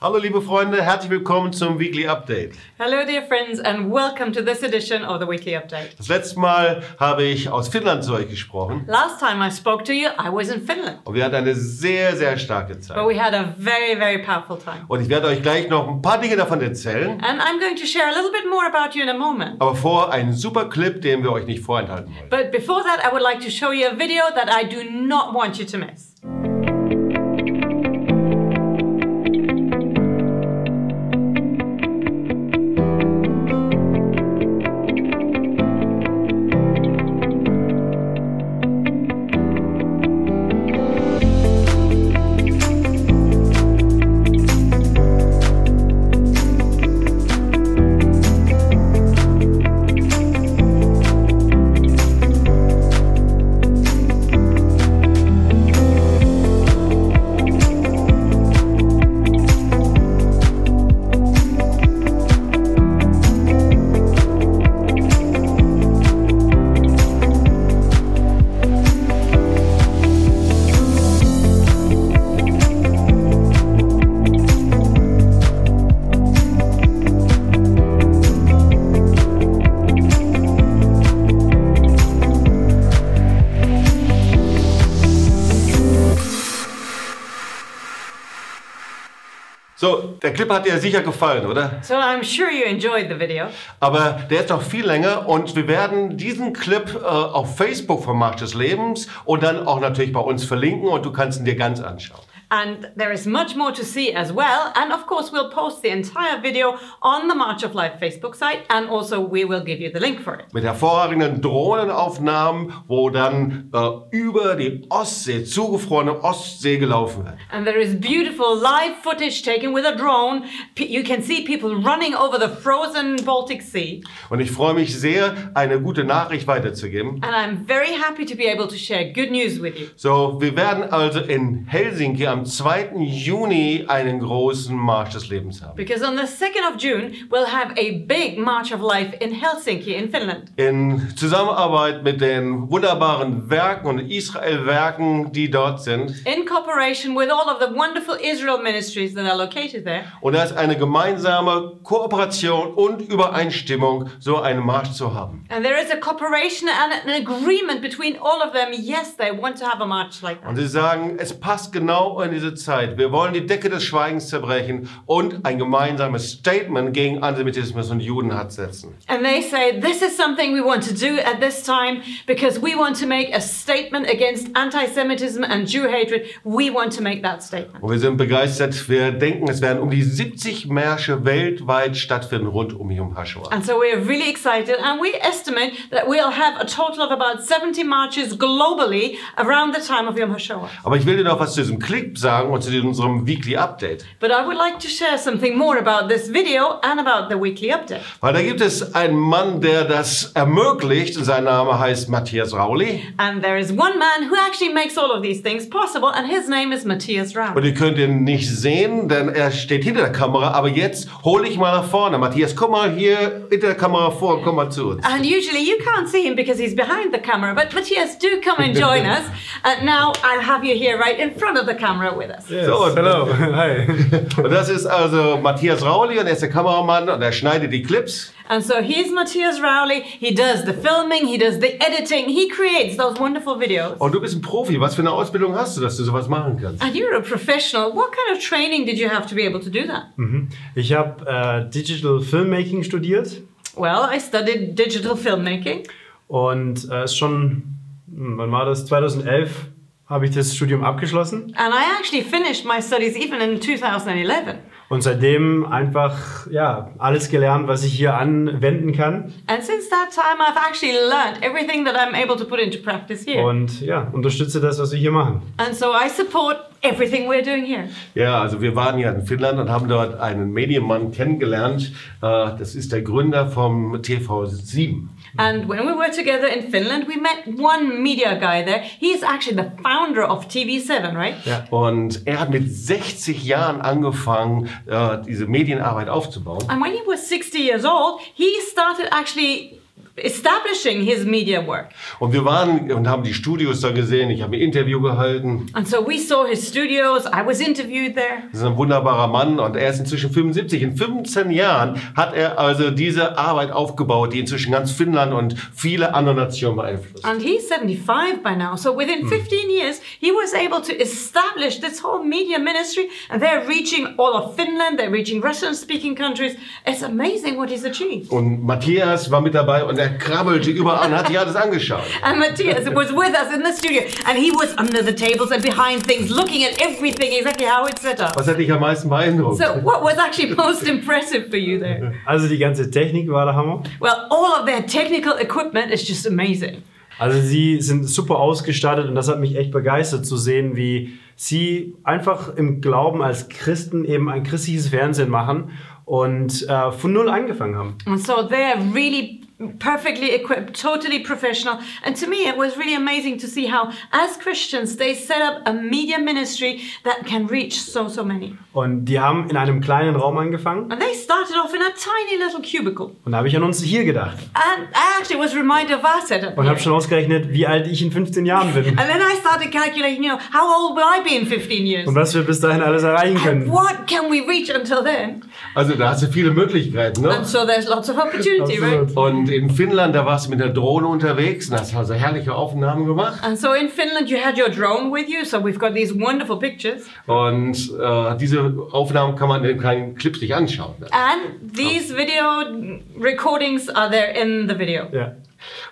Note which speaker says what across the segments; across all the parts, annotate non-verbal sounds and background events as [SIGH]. Speaker 1: Hallo liebe Freunde, herzlich willkommen zum Weekly Update.
Speaker 2: Hello, dear friends, and welcome to this edition of the Weekly Update.
Speaker 1: Das letzte Mal habe ich aus Finnland zu euch gesprochen
Speaker 2: Last time I spoke to you, I was in Finland,
Speaker 1: und wir hatten eine sehr, sehr starke
Speaker 2: but
Speaker 1: Zeit.
Speaker 2: we had a very, very powerful time.
Speaker 1: Und ich werde euch gleich noch ein paar Dinge davon erzählen,
Speaker 2: And I'm going to share a little bit more about you in a moment.
Speaker 1: aber vor einen super Clip, den wir euch nicht vorenthalten wollen.
Speaker 2: But before that, I would like to show you a video that I do not want you to miss.
Speaker 1: So, der Clip hat dir sicher gefallen, oder?
Speaker 2: So I'm sure you enjoyed the video,
Speaker 1: Aber der ist noch viel länger und wir werden diesen Clip äh, auf Facebook vom Marsch des Lebens und dann auch natürlich bei uns verlinken und du kannst ihn dir ganz anschauen.
Speaker 2: and there is much more to see as well. And of course, we'll post the entire video on the March of Life Facebook site, and also we will give you the link for it.
Speaker 1: mit hervorragenden Drohnenaufnahmen, wo dann äh, über die Ostsee, zugefrorene Ostsee gelaufen wird.
Speaker 2: And there is beautiful live footage taken with a drone. P- you can see people running over the frozen Baltic Sea.
Speaker 1: Und ich freue mich sehr, eine gute Nachricht weiterzugeben.
Speaker 2: And I'm very happy to be able to share good news with you.
Speaker 1: So, wir werden also in Helsinki am 2. Juni einen großen Marsch des Lebens haben.
Speaker 2: Because on the 2nd of June, we'll have a big March of Life in Helsinki, in Finland.
Speaker 1: In Zusammenarbeit mit den wunderbaren Werken und Israel-Werken, die dort sind.
Speaker 2: In cooperation with all of the wonderful Israel ministries that are located there.
Speaker 1: Und da ist eine gemeinsame Kooperation und Übereinstimmung, so einen Marsch zu haben.
Speaker 2: And there is a cooperation and an agreement between all of them. Yes, they want to have a march like that.
Speaker 1: Und sie sagen, es passt genau in diese Zeit. Wir wollen die Decke des Schweigens zerbrechen und ein gemeinsames Statement gegen Antisemitismus und Judenhass setzen.
Speaker 2: And they say, this is something we want to do at this time because we want to make a statement against anti Semitism and Jew hatred. We want to make that statement.
Speaker 1: Und wir sind begeistert. Wir denken, es werden um die 70 Märsche weltweit stattfinden rund um Yom Hashoah.
Speaker 2: And so we're really excited and we estimate that we'll have a total of about 70 marches globally around the time of Yom HaShoah.
Speaker 1: Aber ich will dir noch was zu diesem Clip sagen und zu diesem- unserem Weekly Update.
Speaker 2: But I would like to share something more about this video and about the weekly update.
Speaker 1: Weil da gibt es einen Mann, der das ermöglicht. Sein Name heißt Matthias Rauli.
Speaker 2: And there is one man who actually makes all of these things possible and his name is Matthias Raum.
Speaker 1: Und ihr könnt ihn nicht sehen, denn er steht hinter der Kamera. Aber jetzt hole ich mal nach vorne. Matthias, komm mal hier hinter der Kamera vor, komm mal zu uns.
Speaker 2: And usually you can't see him because he's behind the camera, but Matthias, do come and join us. And now I'll have you here right in front of the camera with us.
Speaker 3: Yes.
Speaker 1: So,
Speaker 3: hello. [LAUGHS] Hi.
Speaker 1: Und das ist also Matthias Rauli und er ist der Kameramann und er schneidet die Clips.
Speaker 2: And so here's Matthias Rowley. He does the filming, he does the editing, he creates those wonderful videos.
Speaker 1: Und du bist ein Profi. Was für eine Ausbildung hast du, dass du sowas machen kannst?
Speaker 2: And you're a professional. What kind of training did you have to be able to do that?
Speaker 3: Hmm. Mhm. Ich habe äh, Digital Filmmaking studiert
Speaker 2: Well, I studied digital filmmaking.
Speaker 3: und äh, ist schon, hm, wann war das? 2011 habe ich das Studium abgeschlossen
Speaker 2: And I actually finished my studies even in 2011.
Speaker 3: und seitdem einfach ja alles gelernt, was ich hier anwenden kann
Speaker 2: And since that time, I've actually learned everything that I'm able to put into practice here.
Speaker 3: und ja unterstütze das, was wir hier machen.
Speaker 2: And so I support everything we're doing here.
Speaker 1: Ja, also wir waren ja in Finnland und haben dort einen Medienmann kennengelernt. Äh, Das ist der Gründer vom TV7.
Speaker 2: And when we were together in Finland, we met one media guy there. He is actually the founder of TV7, right?
Speaker 3: Ja.
Speaker 1: Und er hat mit 60 Jahren angefangen, äh, diese Medienarbeit aufzubauen.
Speaker 2: And when he was 60 years old, he started actually establishing his media work.
Speaker 1: Und wir waren und haben die Studios da gesehen. Ich habe ein Interview gehalten.
Speaker 2: And so we saw his studios. I was interviewed there.
Speaker 1: Das ist ein wunderbarer Mann und er ist inzwischen 75. In 15 Jahren hat er also diese Arbeit aufgebaut, die inzwischen ganz Finnland und viele andere Nationen beeinflusst.
Speaker 2: And he's 75 by now. So within 15 years, he was able to establish this whole media ministry. And they're reaching all of Finland. They're reaching Russian speaking countries. It's amazing what he's achieved.
Speaker 1: Und Matthias war mit dabei und er krabbelte überall und hat sich alles angeschaut.
Speaker 2: And Matthias was with us in the studio. And he was under the tables and behind things, looking at everything, exactly how it's set up.
Speaker 1: Was hat dich am meisten beeindruckt?
Speaker 2: So what was actually [LAUGHS] most impressive for you there?
Speaker 3: Also die ganze Technik war der Hammer.
Speaker 2: Well, all of their technical equipment is just amazing.
Speaker 3: Also sie sind super ausgestattet und das hat mich echt begeistert zu sehen, wie sie einfach im Glauben als Christen eben ein christliches Fernsehen machen und äh, von null angefangen haben.
Speaker 2: And so they're really perfectly equipped, totally professional. And to me, it was really amazing to see how, as Christians, they set up a media ministry that can reach so, so many.
Speaker 3: Und die haben in einem kleinen Raum angefangen
Speaker 2: And they started off in a tiny little cubicle.
Speaker 3: und da habe ich an uns hier gedacht
Speaker 2: And I actually was reminded of our setup.
Speaker 3: und habe
Speaker 2: here.
Speaker 3: schon ausgerechnet, wie alt ich in 15 Jahren
Speaker 2: [LAUGHS]
Speaker 3: bin
Speaker 2: And then I started calculating, you know, how old will I be in 15 years?
Speaker 3: und was wir bis dahin alles erreichen können.
Speaker 2: What can we reach until then?
Speaker 1: Also da hast du viele Möglichkeiten, ne?
Speaker 2: And so there's lots of opportunity, right?
Speaker 3: Absolut.
Speaker 1: Und in Finnland, da warst du mit der Drohne unterwegs und hast also herrliche Aufnahmen gemacht.
Speaker 2: And so in Finland, you had your drone with you, so we've got these wonderful pictures.
Speaker 1: Und äh, diese Aufnahmen kann man in keinen Clips nicht anschauen. Ne?
Speaker 2: And these video recordings are there in the video.
Speaker 3: Ja.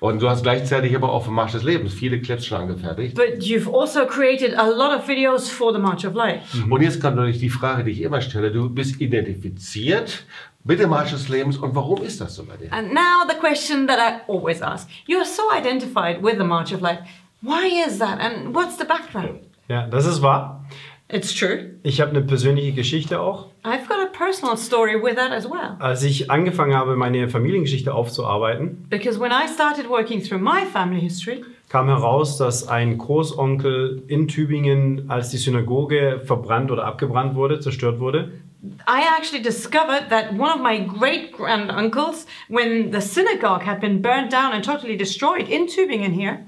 Speaker 1: Und du hast gleichzeitig aber auch vom Marsch des Lebens viele Clips schon angefertigt.
Speaker 2: But you've also created a lot of videos for the March of Life.
Speaker 1: Und jetzt kommt natürlich die Frage, die ich immer stelle. Du bist identifiziert mit dem Marsch des Lebens und warum ist das so bei dir?
Speaker 2: And now the question that I always ask you're so identified with the March of Life. Why is that? And what's the background?
Speaker 3: ja, das ist wahr.
Speaker 2: It's true.
Speaker 3: Ich habe eine persönliche Geschichte auch.
Speaker 2: I've got a personal story with that as well.
Speaker 3: Als ich angefangen habe, meine Familiengeschichte aufzuarbeiten,
Speaker 2: Because when I started working through my family history,
Speaker 3: kam heraus, dass ein Großonkel in Tübingen, als die Synagoge verbrannt oder abgebrannt wurde, zerstört wurde,
Speaker 2: I actually discovered that one of my great granduncles, when the synagogue had been burned down and totally destroyed in Tübingen here,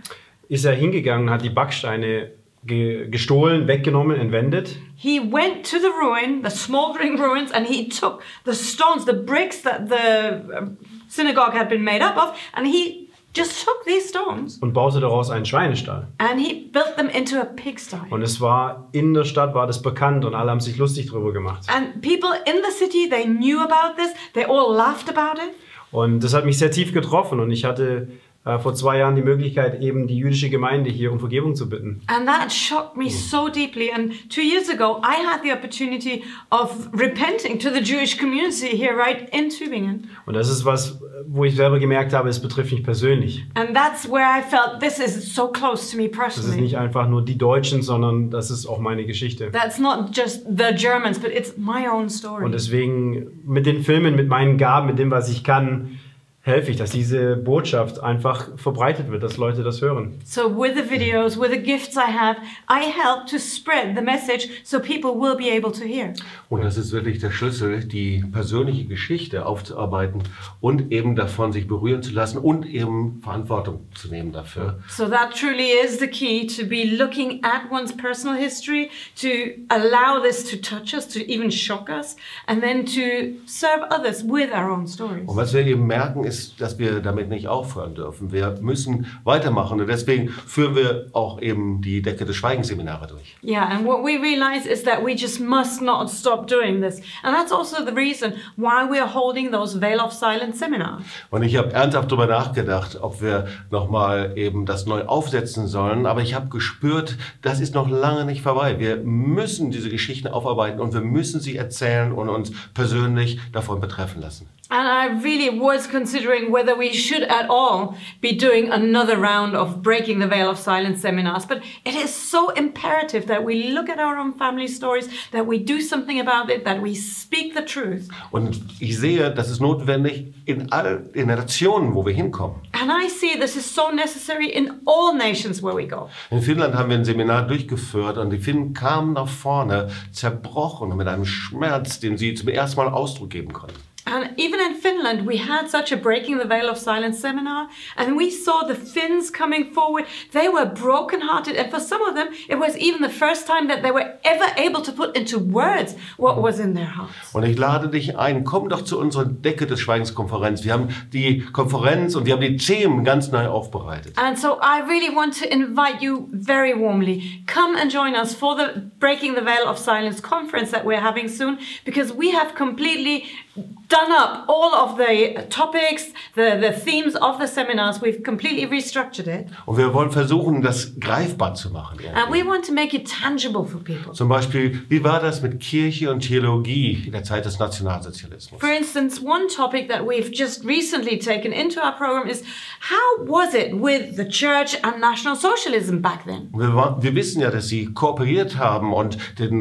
Speaker 3: ist er hingegangen, hat die Backsteine ge gestohlen, weggenommen, entwendet
Speaker 2: He went to the ruin, the smoldering [LAUGHS] ruins, and he took the stones, the bricks that the uh, synagogue had been made up of, and he just took these stones
Speaker 3: und baute daraus einen Schweinestall.
Speaker 2: and he built them into a pigsty.
Speaker 3: Und es war in der Stadt war das bekannt und alle haben sich lustig drüber gemacht.
Speaker 2: And people in the city, they knew about this, they all laughed about it.
Speaker 3: Und das hat mich sehr tief getroffen und ich hatte äh, vor zwei Jahren die Möglichkeit, eben die jüdische Gemeinde hier um Vergebung zu bitten.
Speaker 2: And that shocked me so deeply. And two years ago, I had the opportunity of repenting to the Jewish community here, right in Tübingen.
Speaker 3: Und das ist was, wo ich selber gemerkt habe, es betrifft mich persönlich.
Speaker 2: And that's where I felt this is so close to me
Speaker 3: Das ist
Speaker 2: personally.
Speaker 3: nicht einfach nur die Deutschen, sondern das ist auch meine Geschichte.
Speaker 2: That's not just the Germans, but it's my own story.
Speaker 3: Und deswegen mit den Filmen, mit meinen Gaben, mit dem, was ich kann, helfe ich, dass diese Botschaft einfach verbreitet wird, dass Leute das hören.
Speaker 2: so, with the videos, with the gifts I have, I help to spread the message so people will be able to hear.
Speaker 1: Und das ist wirklich der Schlüssel, die persönliche Geschichte aufzuarbeiten und eben davon sich berühren zu lassen und eben Verantwortung zu nehmen dafür.
Speaker 2: So, that truly is the key to be looking at one's personal history, to allow this to touch us, to even shock us, and then to serve others with our own stories.
Speaker 1: Und was wir eben merken, ist, dass wir damit nicht aufhören dürfen. Wir müssen weitermachen und deswegen führen wir auch eben die Decke des Schweigenseminare durch.
Speaker 2: Yeah, and what we realize is that we just must not stop doing this. And that's also the reason why we're holding those Veil of Silence seminars.
Speaker 1: Und ich habe ernsthaft darüber nachgedacht, ob wir nochmal eben das neu aufsetzen sollen. Aber ich habe gespürt, das ist noch lange nicht vorbei. Wir müssen diese Geschichten aufarbeiten und wir müssen sie erzählen und uns persönlich davon betreffen lassen.
Speaker 2: And I really was considering whether we should at all be doing another round of Breaking the Veil of Silence seminars. But it is so imperative that we look at our own family stories, that we do something about it, that we speak the truth.
Speaker 1: Und ich sehe, das ist notwendig in all in den Nationen, wo wir hinkommen.
Speaker 2: And I see this is so necessary in all nations where we go.
Speaker 1: In Finnland haben wir ein Seminar durchgeführt und die Finnen kamen nach vorne zerbrochen und mit einem Schmerz, den sie zum ersten Mal Ausdruck geben konnten.
Speaker 2: And even in Finland, we had such a Breaking the Veil of Silence seminar, and we saw the Finns coming forward. They were brokenhearted, and for some of them, it was even the first time that they were ever able to put into words what was in their hearts.
Speaker 1: Und ich lade dich ein, komm doch zu unserer Decke des Schweigenskonferenz. Wir haben die Konferenz und wir haben die Themen ganz neu aufbereitet.
Speaker 2: And so I really want to invite you very warmly. Come and join us for the Breaking the Veil of Silence conference that we're having soon because we have completely done up all of the topics, the, the themes of the seminars. We've completely restructured it.
Speaker 1: Und wir wollen versuchen, das greifbar zu machen.
Speaker 2: And Uh, we want to make it tangible for people.
Speaker 1: Zum Beispiel, wie war das mit Kirche und Theologie in der Zeit des Nationalsozialismus?
Speaker 2: For instance, one topic that we've just recently taken into our program is how was it with the church and National Socialism back then?
Speaker 1: Wir, wa- wir wissen ja, dass sie kooperiert haben und den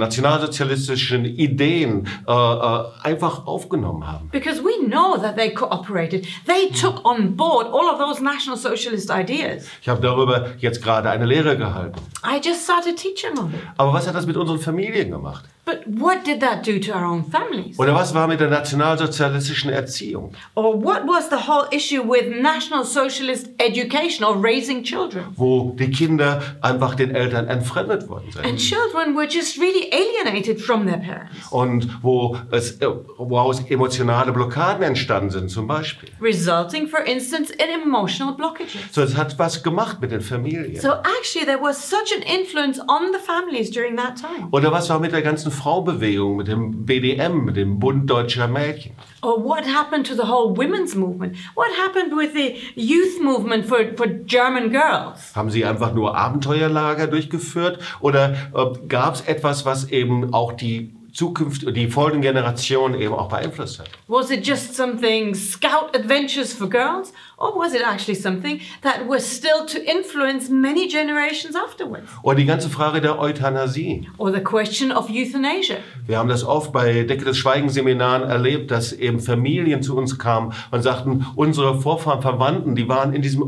Speaker 1: nationalsozialistischen Ideen äh, äh, einfach aufgenommen haben.
Speaker 2: Because we know that they cooperated. They took on board all of those National Socialist ideas.
Speaker 1: Ich habe darüber jetzt gerade eine Lehre gehalten.
Speaker 2: I just started teaching on it.
Speaker 1: Aber was hat das mit unseren Familien gemacht?
Speaker 2: But what did that do to our own families?
Speaker 1: Oder was war mit der nationalsozialistischen Erziehung?
Speaker 2: Or what was the whole issue with National Socialist education or raising children?
Speaker 1: wo die Kinder einfach den Eltern entfremdet worden sind.
Speaker 2: And children were just really alienated from their parents,
Speaker 1: Und wo es, äh, woraus emotionale Blockaden entstanden sind, zum Beispiel.
Speaker 2: resulting, for instance, in emotional blockages.
Speaker 1: So, es hat was gemacht mit den Familien.
Speaker 2: So actually, there was such an influence on the families during that time.
Speaker 1: Oder was war mit der ganzen Frauenbewegung, mit dem BDM, mit dem Bund Deutscher Mädchen?
Speaker 2: Or what happened to the whole women's movement? What happened with the youth movement for, for German girls?
Speaker 1: Haben sie einfach nur Abenteuerlager durchgeführt? Oder äh, gab es etwas, was eben auch die Zukunft, die folgenden Generationen eben auch beeinflusst hat?
Speaker 2: Was it just something scout adventures for girls? Or was it actually something that was still to influence many generations afterwards?
Speaker 1: Oder die ganze Frage der Euthanasie.
Speaker 2: Or the question of euthanasia?
Speaker 1: Wir haben das oft bei Decke des Schweigens Seminaren erlebt, dass eben Familien zu uns kamen und sagten, unsere Vorfahren, Verwandten, die waren in diesem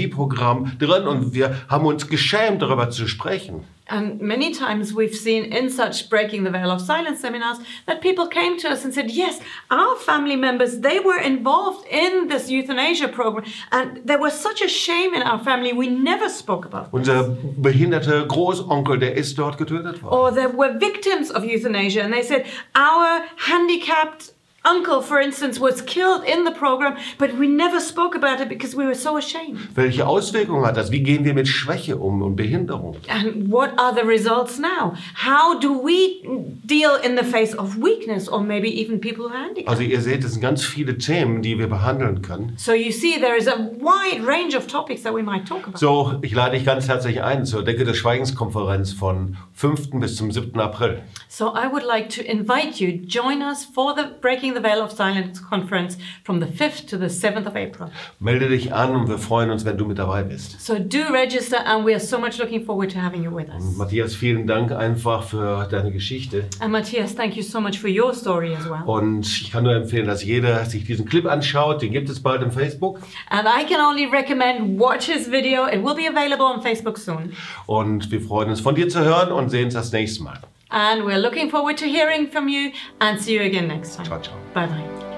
Speaker 1: Euthanasieprogramm drin und wir haben uns geschämt, darüber zu sprechen.
Speaker 2: And many times we've seen in such Breaking the Veil of Silence seminars that people came to us and said, yes, our family members, they were involved in this euthanasia program. And there was such a shame in our family, we never spoke about this.
Speaker 1: Unser behinderte Großonkel, der ist dort getötet worden.
Speaker 2: Or there were victims of euthanasia and they said, our handicapped uncle, for instance, was killed in the program, but we never spoke about it because we were so ashamed.
Speaker 1: Welche Auswirkungen hat das? Wie gehen wir mit Schwäche um und Behinderung?
Speaker 2: And what are the results now? How do we deal in the face of weakness or maybe even people who are handicapped?
Speaker 1: Also ihr seht, es sind ganz viele Themen, die wir behandeln können.
Speaker 2: So you see, there is a wide range of topics that we might talk about.
Speaker 1: So, ich lade dich ganz herzlich ein zur Decke des Schweigenskonferenz von 5. bis zum 7. April.
Speaker 2: So I would like to invite you, join us for the Breaking the Veil of Silence conference from the 5th to the 7th of April.
Speaker 1: Melde dich an und wir freuen uns, wenn du mit dabei bist.
Speaker 2: So do register and we are so much looking forward to having you with us.
Speaker 1: Matthias, vielen Dank einfach für deine Geschichte.
Speaker 2: And Matthias, thank you so much for your story as well.
Speaker 1: Und ich kann nur empfehlen, dass jeder sich diesen Clip anschaut. Den gibt es bald im Facebook.
Speaker 2: And I can only recommend watch his video. It will be available on Facebook soon.
Speaker 1: Und wir freuen uns, von dir zu hören und sehen uns das nächste Mal.
Speaker 2: And we're looking forward to hearing from you and see you again next time.
Speaker 1: Ciao, ciao.
Speaker 2: Bye bye.